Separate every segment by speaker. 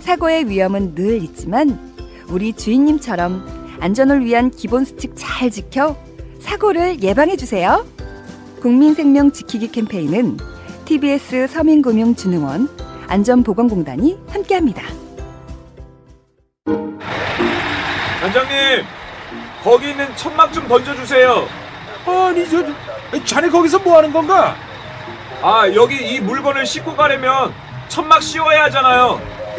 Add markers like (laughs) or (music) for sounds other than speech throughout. Speaker 1: 사고의 위험은 늘 있지만 우리 주인님처럼 안전을 위한 기본 수칙 잘 지켜 사고를 예방해 주세요. 국민 생명 지키기 캠페인은 TBS 서민금융진흥원 안전보건공단이 함께합니다.
Speaker 2: 원장님 거기 있는 천막 좀 던져주세요
Speaker 3: 아니 저 자네 거기서 뭐 하는 건가?
Speaker 2: 아 여기 이 물건을 싣고 가려면 천막 씌워야 하잖아요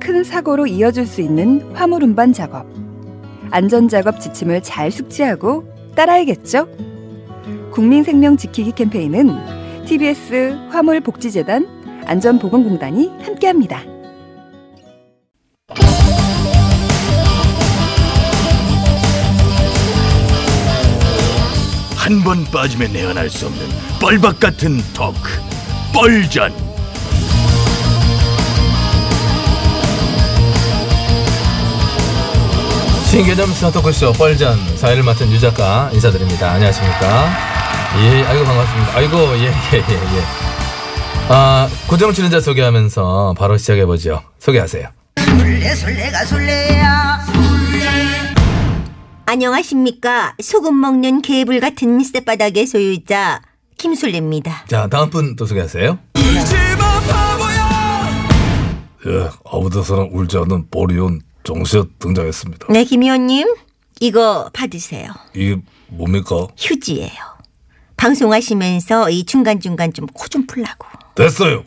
Speaker 1: 큰 사고로 이어질 수 있는 화물 운반 작업. 안전 작업 지침을 잘 숙지하고 따라야겠죠. 국민 생명 지키기 캠페인은 TBS 화물 복지재단 안전보건공단이 함께합니다.
Speaker 4: 한 번 빠지면 내안할 수 없는 뻘박 같은 토크 뻘전
Speaker 5: 신개념 스타 토크쇼 뻘전 사회를 맡은 유 작가 인사드립니다. 안녕하십니까? 예, 아이고 반갑습니다. 아이고 예, 예, 예, 예. 아, 고정 출연자 소개하면서 바로 시작해 보죠. 소개하세요.
Speaker 6: 술래 술래가 술래야 안녕하십니까 소금 먹는 개불 같은 쌔바닥의 소유자 김술래입니다
Speaker 5: 자, 다음 분 또 소개하세요.
Speaker 4: 예, 아부다사랑 울지 않는 보리온 정시에 등장했습니다
Speaker 6: 네 김 의원님 이거 받으세요
Speaker 4: 이게 뭡니까?
Speaker 6: 휴지예요 방송하시면서 이 중간중간 좀 코 좀 풀라고
Speaker 4: 됐어요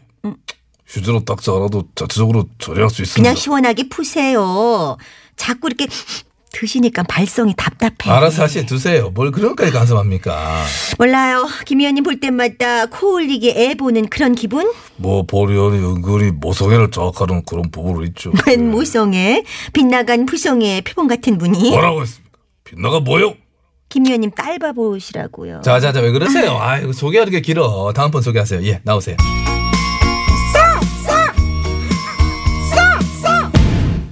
Speaker 4: 휴지로 닦지 않아도 자체적으로 처리할 수 있습니다
Speaker 5: 음.
Speaker 6: 그냥 시원하게 푸세요 자꾸 이렇게 드시니까 발성이 답답해
Speaker 5: 알아서 하시 두세요. 뭘 그런 까지 간섭합니까?
Speaker 6: 몰라요 김 의원님 볼 때마다 코 올리게 애 보는 그런 기분
Speaker 4: 뭐 보리온이 은근히 모성애를 자극하는 그런 부분을 있죠
Speaker 5: 음.
Speaker 6: 웬 모성애 빗나간 부성애 표본 같은 분이
Speaker 5: 어.
Speaker 4: 뭐라고 했습니까? 빛나가 뭐요?
Speaker 6: 김 의원님 딸바 보시라고요.
Speaker 5: 자, 자, 자, 왜 그러세요? 아이고, 소개하는 게 길어. 다음 분 소개하세요. 예, 나오세요.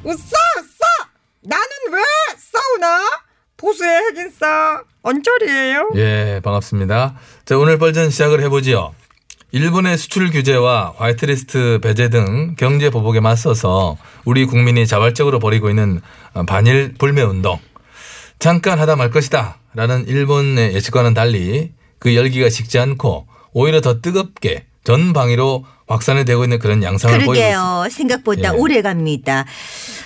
Speaker 7: 웃어 싸 나는 왜 싸우나 보수의 핵인싸 언저리예요
Speaker 5: 예, 반갑습니다. 자, 오늘 뻘전 시작을 해보지요. 일본의 수출 규제와 화이트리스트 배제 등 경제 보복에 맞서서 우리 국민이 자발적으로 벌이고 있는 반일 불매 운동. 잠깐 하다 말 것이다. 라는 일본의 예측과는 달리 그 열기가 식지 않고 오히려 더 뜨겁게 전 방위로 확산이 되고 있는 그런 양상을 보이고 있습니다.
Speaker 6: 그러게요. 생각보다
Speaker 5: 예.
Speaker 6: 오래 갑니다.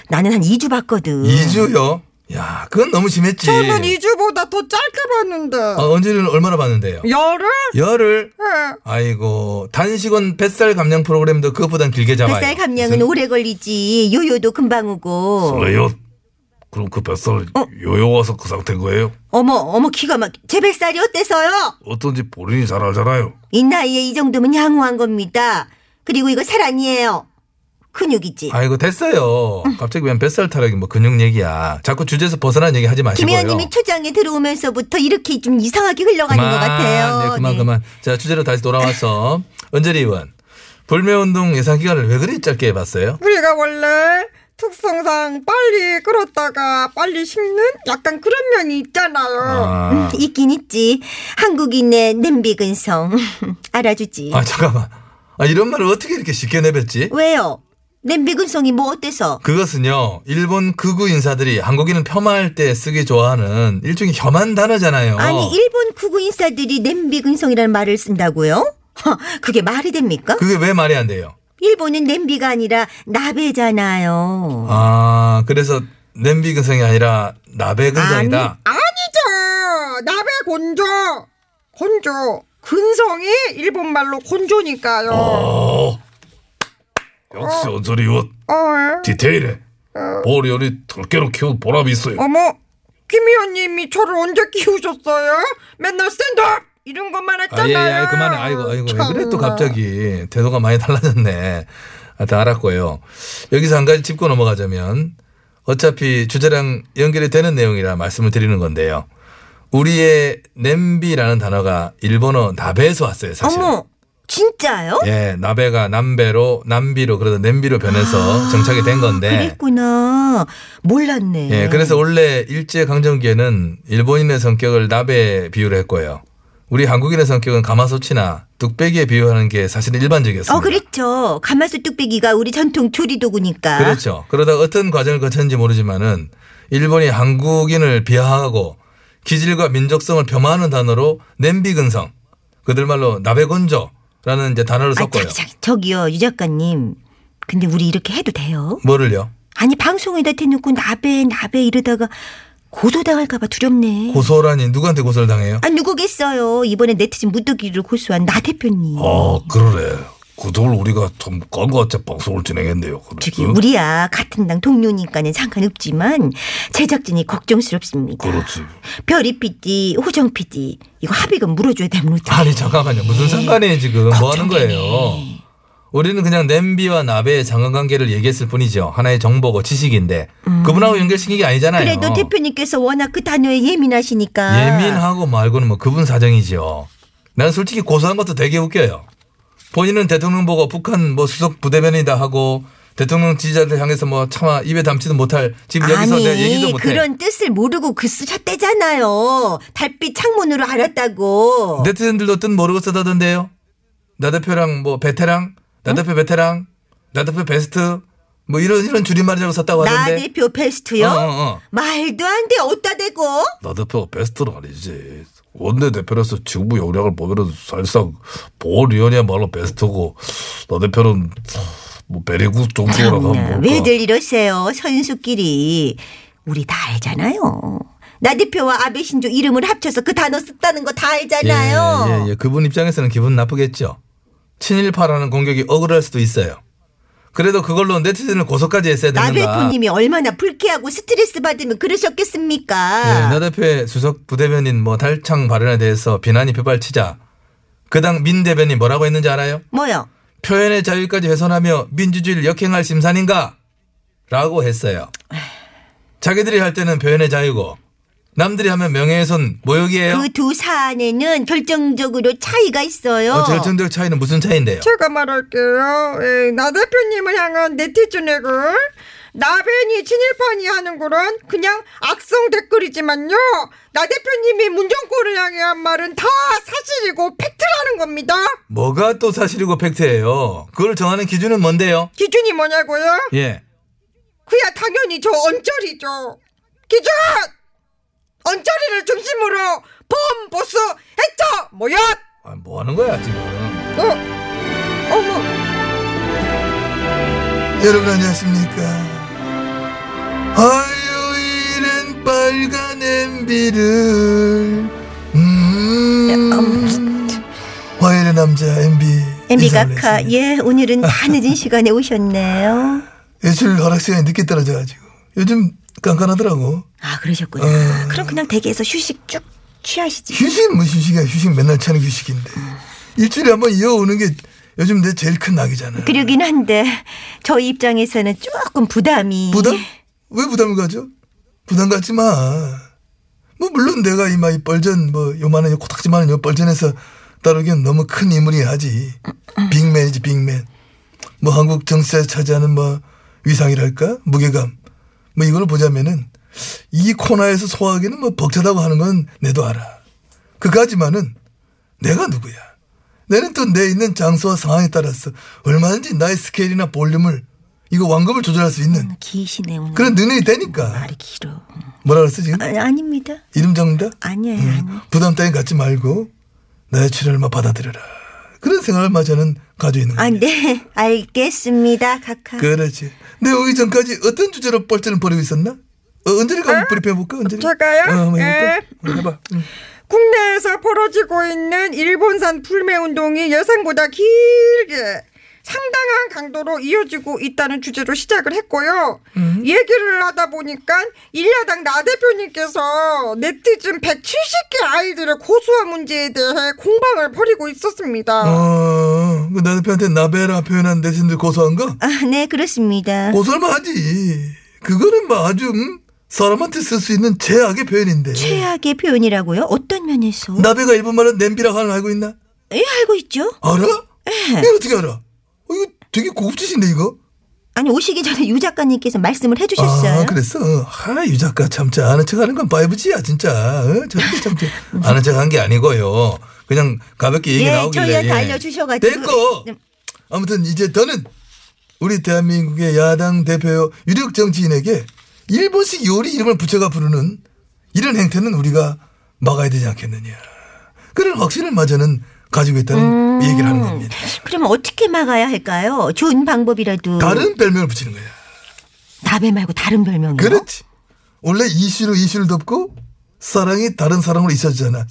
Speaker 6: 나는 한 2주 봤거든.
Speaker 5: 2주요? 야, 그건 너무 심했지.
Speaker 7: 저는 2주보다 더 짧게 봤는데
Speaker 5: 아, 언제는 얼마나 봤는데요?
Speaker 7: 열을
Speaker 5: 열을
Speaker 7: 예.
Speaker 5: 아이고 단식은 뱃살 감량 프로그램도 그것보단 길게 잡아요.
Speaker 6: 뱃살 감량은
Speaker 5: 무슨-
Speaker 6: 오래 걸리지. 요요도 금방 오고.
Speaker 4: 그래요? 그럼 그 뱃살
Speaker 6: 어?
Speaker 4: 요요 와서 그 상태인 거예요?
Speaker 6: 어머 어머 기가 막. 제 뱃살이 어때서요?
Speaker 4: 어쩐지 보린이 잘 알잖아요
Speaker 6: 이 나이에 이 정도면 양호한 겁니다. 그리고 이거 살 아니에요. 근육이지.
Speaker 5: 아이고 됐어요. 갑자기 왜 뱃살 타락이 뭐 근육 얘기야. 자꾸 주제에서 벗어난 얘기 하지 마시고요.
Speaker 6: 김 의원님이 초장에 들어오면서부터 이렇게 좀 이상하게 흘러가는 것 같아요.
Speaker 5: 네, 그만
Speaker 6: 네.
Speaker 5: 그만. 자 주제로 다시 돌아와서 (laughs) 은재리 의원 불매운동 예상 기간을 왜 그리 짧게 해봤어요?
Speaker 7: 우리가 원래 특성상 빨리 끓었다가 빨리 식는 약간 그런 면이 있잖아요
Speaker 5: 아,
Speaker 6: 있긴 있지. 한국인의 냄비 근성 (laughs) 알아주지.
Speaker 5: 아, 잠깐만. 아 이런 말을 어떻게 이렇게 쉽게 내뱉지?
Speaker 6: 왜요? 냄비 근성이 뭐 어때서?
Speaker 5: 그것은요 일본 극우 인사들이 한국인은 폄하할 때 쓰기 좋아하는 일종의 혐한 단어잖아요.
Speaker 6: 아니 일본 구구 인사들이 냄비 근성이라는 말을 쓴다고요? (laughs) 허, 그게 말이 됩니까?
Speaker 5: 그게 왜 말이 안 돼요?
Speaker 6: 일본은 냄비가 아니라 나베잖아요.
Speaker 5: 아, 그래서 냄비 근성이 아니라 나베 근성이다.
Speaker 7: 아니죠. 나베 곤조. 곤조. 근성이 일본말로 곤조니까요. 어.
Speaker 4: 어. 역시 언저리와
Speaker 7: 어.
Speaker 4: 디테일에 보리언이 들깨로 키운 보람이 있어요.
Speaker 7: 어머. 김희원님이 저를 언제 키우셨어요? 맨날 스탠드업 이런 것만
Speaker 5: 아,
Speaker 7: 했잖아요.
Speaker 5: 예, 예, 아이, 그만해. 아이고, 아이고. 왜 그래 또
Speaker 7: 참나.
Speaker 5: 갑자기 태도가 많이 달라졌네. 하여튼 알았고요. 여기서 한 가지 짚고 넘어가자면 어차피 주제랑 연결이 되는 내용이라 말씀을 드리는 건데요. 우리의 냄비라는 단어가 일본어 나베에서 왔어요, 사실.
Speaker 6: 어머, 진짜요?
Speaker 5: 예, 나베가 남배로, 남비로, 그러다 냄비로 변해서 어,
Speaker 6: 아,
Speaker 5: 정착이 된 건데.
Speaker 6: 그랬구나. 몰랐네.
Speaker 5: 예, 그래서 원래 일제 강점기에는 일본인의 성격을 나베에 비유를 했고요. 우리 한국인의 성격은 가마솥이나 뚝배기에 비유하는 게 사실 일반적이었습니다.
Speaker 6: 어, 그렇죠. 가마솥 뚝배기가 우리 전통 조리 도구니까.
Speaker 5: 그렇죠. 그러다 어떤 과정을 거쳤는지 모르지만은 일본이 한국인을 비하하고 기질과 민족성을 폄하하는 단어로 냄비근성, 그들 말로 나베건조라는 이제 단어를
Speaker 6: 아,
Speaker 5: 섞어요.
Speaker 6: 저기, 저기, 저기요, 유 작가님. 근데 우리 이렇게 해도 돼요?
Speaker 5: 뭐를요?
Speaker 6: 아니, 방송에다 대놓고 나베, 나베 이러다가 고소당할까봐 두렵네.
Speaker 5: 고소라니 누구한테 고소를 당해요?
Speaker 6: 아, 누구겠어요. 이번에 네티즌 무더기를 고소한 나 대표님.
Speaker 5: 어,
Speaker 4: 아 그러네. 그동안 우리가 좀 건과제 방송을 진행했네요. 그래.
Speaker 6: 저기,
Speaker 4: 응?
Speaker 6: 우리야, 같은 당 동료니까는 상관없지만, 제작진이 걱정스럽습니다.
Speaker 5: 그렇죠.
Speaker 4: 그렇지.
Speaker 6: 별이 PD, 호정 PD, 이거 합의금 물어줘야 됩니다.
Speaker 5: 아니 잠깐만요. 무슨
Speaker 6: 네.
Speaker 5: 상관이에요 지금 뭐 하는 거예요?
Speaker 6: 걱정되네.
Speaker 5: 우리는 그냥 냄비와 나베의 장관관계를 얘기했을 뿐이죠. 하나의 정보고 지식인데 그분하고 연결시킨 게 아니잖아요.
Speaker 6: 음. 그래도 대표님께서 아. 워낙 그 단어에 예민하시니까.
Speaker 5: 예민하고 말고는 뭐 그분 사정이죠. 난 솔직히 고소한 것도 되게 웃겨요. 본인은 대통령 보고 북한 뭐 수석 부대변이다 하고 대통령 지지자들 향해서 뭐 차마 입에 담지도 못할 지금 여기서
Speaker 6: 아니
Speaker 5: 내 얘기도 못해.
Speaker 6: 그런 뜻을 모르고 글 쓰셨대잖아요. 달빛 창문으로 알았다고.
Speaker 5: 네티즌들도 뜻 모르고 쓰다던데요. 나 대표랑 뭐 베테랑, 나 대표 베테랑, 나 대표 베스트 뭐 이런 이런 줄임말이라고 썼다고
Speaker 6: 나
Speaker 5: 뭐 하던데.
Speaker 6: 대표 베스트요?
Speaker 5: 어, 어, 어.
Speaker 6: 말도 안 돼. 어디다 대고?
Speaker 4: 나 대표가 베스트는 아니지. 원내 대표로서 지금 역량을 보면은 사실상 보리언이야말로 베스트고 나 대표는 뭐 베리구 정도라고
Speaker 6: 참나,
Speaker 4: 하면 뭘까?
Speaker 6: 음, 왜들 이러세요. 선수끼리. 우리 다 알잖아요. 나 대표와 아베 신조 이름을 합쳐서 그 단어 썼다는 거 다 알잖아요.
Speaker 5: 예, 예, 예. 그분 입장에서는 기분 나쁘겠죠. 친일파라는 공격이 억울할 수도 있어요. 그래도 그걸로 네티즌을 고소까지 했어야
Speaker 6: 나
Speaker 5: 되는가.
Speaker 6: 대표님이 얼마나 불쾌하고 스트레스 받으면
Speaker 5: 예,
Speaker 6: 그러셨겠습니까?
Speaker 5: 나 대표의 수석 부대변인 뭐 달창 발언에 대해서 비난이 빗발치자 그 당 민 대변인 뭐라고 했는지 알아요?
Speaker 6: 뭐요?
Speaker 5: 표현의 자유까지 훼손하며 민주주의를 역행할 심산인가? 라고 했어요. 자기들이 할 때는 표현의 자유고 남들이 하면 명예훼손 모욕이에요.
Speaker 6: 그 두 사안에는 결정적으로 차이가 있어요.
Speaker 5: 어, 결정적 차이는 무슨 차이인데요?
Speaker 7: 제가 말할게요. 예, 나 대표님을 향한 네티즌의 글. 나벤이 친일파니 하는 글은 그냥 악성 댓글이지만요. 나 대표님이 문정권을 향해 한 말은 다 사실이고 팩트라는 겁니다.
Speaker 5: 뭐가 또 사실이고 팩트예요? 그걸 정하는 기준은 뭔데요?
Speaker 7: 기준이 뭐냐고요?
Speaker 5: 예.
Speaker 7: 그야 당연히 저 언저리죠. 기준! 언저리를 중심으로 범, 보수, 해처, 모여!
Speaker 5: 아, 뭐 하는 거야 지금?
Speaker 7: 어? 어머. 뭐.
Speaker 5: 여러분 안녕하십니까? 아유 이런 빨간 MB를 음, 화요일의 남자 MB
Speaker 6: MB 가카, 예, 오늘은 다 늦은 시간에 오셨네요.
Speaker 5: 예술 허락 시간이 늦게 떨어져가지고 요즘 깐깐하더라고.
Speaker 6: 아, 그러셨구나. 그럼 그냥 댁에서 휴식 쭉 취하시지.
Speaker 5: 휴식 뭐 휴식이야 휴식 맨날 차는 휴식인데 일주일에 한 번 이어오는 게 요즘 내 제일 큰 낙이잖아.
Speaker 6: 그러긴 한데, 저희 입장에서는 조금 부담이.
Speaker 5: 부담? 왜 부담을 가져? 부담 갖지 마. 뭐 물론 내가 이마 이 뻘전 뭐 요만한 요 코딱지만한 요 뻘전에서 따르기엔 너무 큰 인물이 하지. 빅맨이지 빅맨. 뭐 한국 정치에 차지하는 뭐 위상이랄까 무게감 뭐 이걸 보자면은 이 코너에서 소화하기는 뭐 벅차다고 하는 건 내도 알아. 그까지만은 내가 누구야? 내는 또 내 있는 장소와 상황에 따라서 얼마든지 나의 스케일이나 볼륨을 이거 완금을 조절할 수 있는
Speaker 6: 기시네, 오늘.
Speaker 5: 그런 능력이 되니까
Speaker 6: 말이 길어.
Speaker 5: 뭐라 그랬어 지금
Speaker 6: 아, 아닙니다.
Speaker 5: 이름 정다
Speaker 6: 아니에요, 아니.
Speaker 5: 부담 따위 갖지 말고 나의 출연을 받아들여라 그런 생각을 마저는 가지고 있는
Speaker 6: 아,
Speaker 5: 거야
Speaker 6: 네, (laughs) 알겠습니다,
Speaker 5: 그-
Speaker 6: 가카.
Speaker 5: 그렇지 내 오기 전까지 어떤 주제로 뻘쭘을 벌이고 있었나 어, 언제니까
Speaker 6: 아,
Speaker 5: 한번 브리핑 해볼까? 언제?
Speaker 7: 제가요?
Speaker 5: 어, 한번 해볼까?
Speaker 7: 예.
Speaker 6: 네.
Speaker 5: 한번 해봐. 응.
Speaker 7: 국내에서 벌어지고 있는 일본산 불매 운동이 예상보다 길게 상당한 강도로 이어지고 있다는 주제로 시작을 했고요.
Speaker 5: 음.
Speaker 7: 얘기를 하다 보니까 일야당 나 대표님께서 네티즌 170개 아이들의 고소한 문제에 대해 공방을 벌이고 있었습니다.
Speaker 5: 어, 그 남편한테 나베라 표현한 내신들 그 고소한가?
Speaker 6: 아, 네, 그렇습니다.
Speaker 5: 고소할만 하지. 그거는 뭐 아주 음, 사람한테 쓸 수 있는 최악의 표현인데.
Speaker 6: 최악의 표현이라고요? 어떤 면에서?
Speaker 5: 나베가 일본 말은 냄비라고 하는 걸 알고 있나?
Speaker 6: 예, 알고 있죠.
Speaker 5: 알아?
Speaker 6: 예.
Speaker 5: 이거 어떻게 알아? 어, 이거 되게 고급지신데 이거?
Speaker 6: 아니 오시기 전에 유 작가님께서 말씀을 해주셨어요.
Speaker 5: 아, 그랬어. 어, 하, 유 작가 참자 아는 척하는 건 바이브지야 진짜. 어, 저렇게 참
Speaker 6: (laughs)
Speaker 5: 아는 척한 게 아니고요. 그냥 가볍게 얘기
Speaker 6: 예,
Speaker 5: 나오길래.
Speaker 6: 저희한테 알려주셔가지고. 예, 네.
Speaker 5: 됐고. 아무튼 이제 더는 우리 대한민국의 야당 대표 유력 정치인에게 일본식 요리 이름을 붙여가 부르는 이런 행태는 우리가 막아야 되지 않겠느냐. 그런 확신을 마저는 가지고 있다는 얘기를 하는 겁니다.
Speaker 6: 음. 그럼 어떻게 막아야 할까요? 좋은 방법이라도.
Speaker 5: 다른 별명을 붙이는 거야.
Speaker 6: 나베 말고 다른 별명이요.
Speaker 5: 그렇지. 원래 이슈로 이슈를 덮고 사랑이 다른 사랑으로 잊혀지잖아.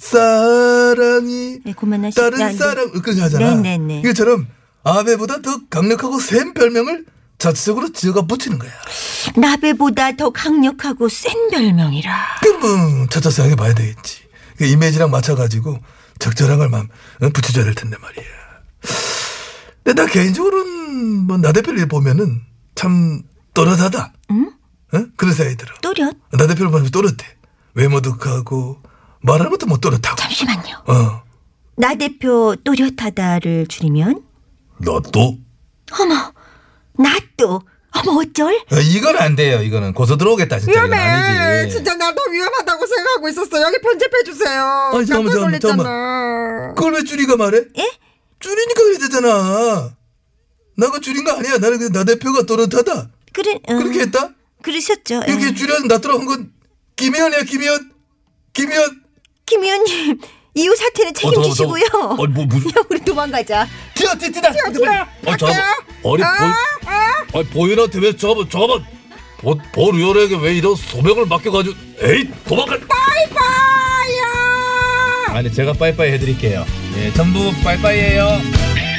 Speaker 5: 사랑이
Speaker 6: 네, 고만하시- 나
Speaker 5: 다른
Speaker 6: 이제-
Speaker 5: 사랑 그렇게 하잖아.
Speaker 6: 네네네.
Speaker 5: 이것처럼 아베보다 더 강력하고 센 별명을 자체적으로 지어가 붙이는 거야.
Speaker 6: 나베보다 더 강력하고 센 별명이라.
Speaker 5: 그럼 뭐 차차 생각해 봐야 되겠지. 그 이미지랑 맞춰가지고 적절한 걸만 어, 붙여줘야 될 텐데 말이야. 근데 나 개인적으로는 뭐나 대표를 보면은 참 또렷하다. 응? 그런 생각이 들어.
Speaker 6: 또렷.
Speaker 5: 나 대표를 보면 또렷해. 외모도 하고 말하는 것도 뭐 또렷하고.
Speaker 6: 잠시만요.
Speaker 5: 어.
Speaker 6: 나 대표 또렷하다를 줄이면
Speaker 4: 나 또?
Speaker 6: 어머 나 또 어머 어쩔?
Speaker 5: 어, 이건 안 돼요. 이거는 고소 들어오겠다 진짜. 이건
Speaker 7: 위험해.
Speaker 5: 아니지.
Speaker 7: 진짜 나도 위험하다고 생각하고 있었어. 여기 편집해 주세요.
Speaker 5: 아니, 잠깐만,
Speaker 7: 깜짝
Speaker 5: 잠깐만,
Speaker 7: 놀랐잖아.
Speaker 5: 그걸 왜 줄이가 말해? 예? 줄이니까 그랬잖아. 나가 줄인 거 아니야. 나는 그냥 나 대표가 또렷하다.
Speaker 6: 그래 음,
Speaker 5: 그렇게 했다.
Speaker 6: 그러셨죠. 예.
Speaker 5: 이렇게 줄여서 나 들어간 건 김혜연이야 김혜연. 김혜연.
Speaker 6: 김 의원님 이후 사태는 책임지시고요.
Speaker 4: 아니 뭐 무슨?
Speaker 6: 야, (laughs) 우리 도망가자.
Speaker 5: 뛰어 뛰어 뛰어. 어,
Speaker 4: 아 잠깐. 아니 보. 아니 보현한테 왜 저번 저번 보 보류열에게 왜 이런 소명을 맡겨가지고 에이 도망갈.
Speaker 5: 아니 제가 빠이빠이 해드릴게요. 예, 전부 빠이빠이예요.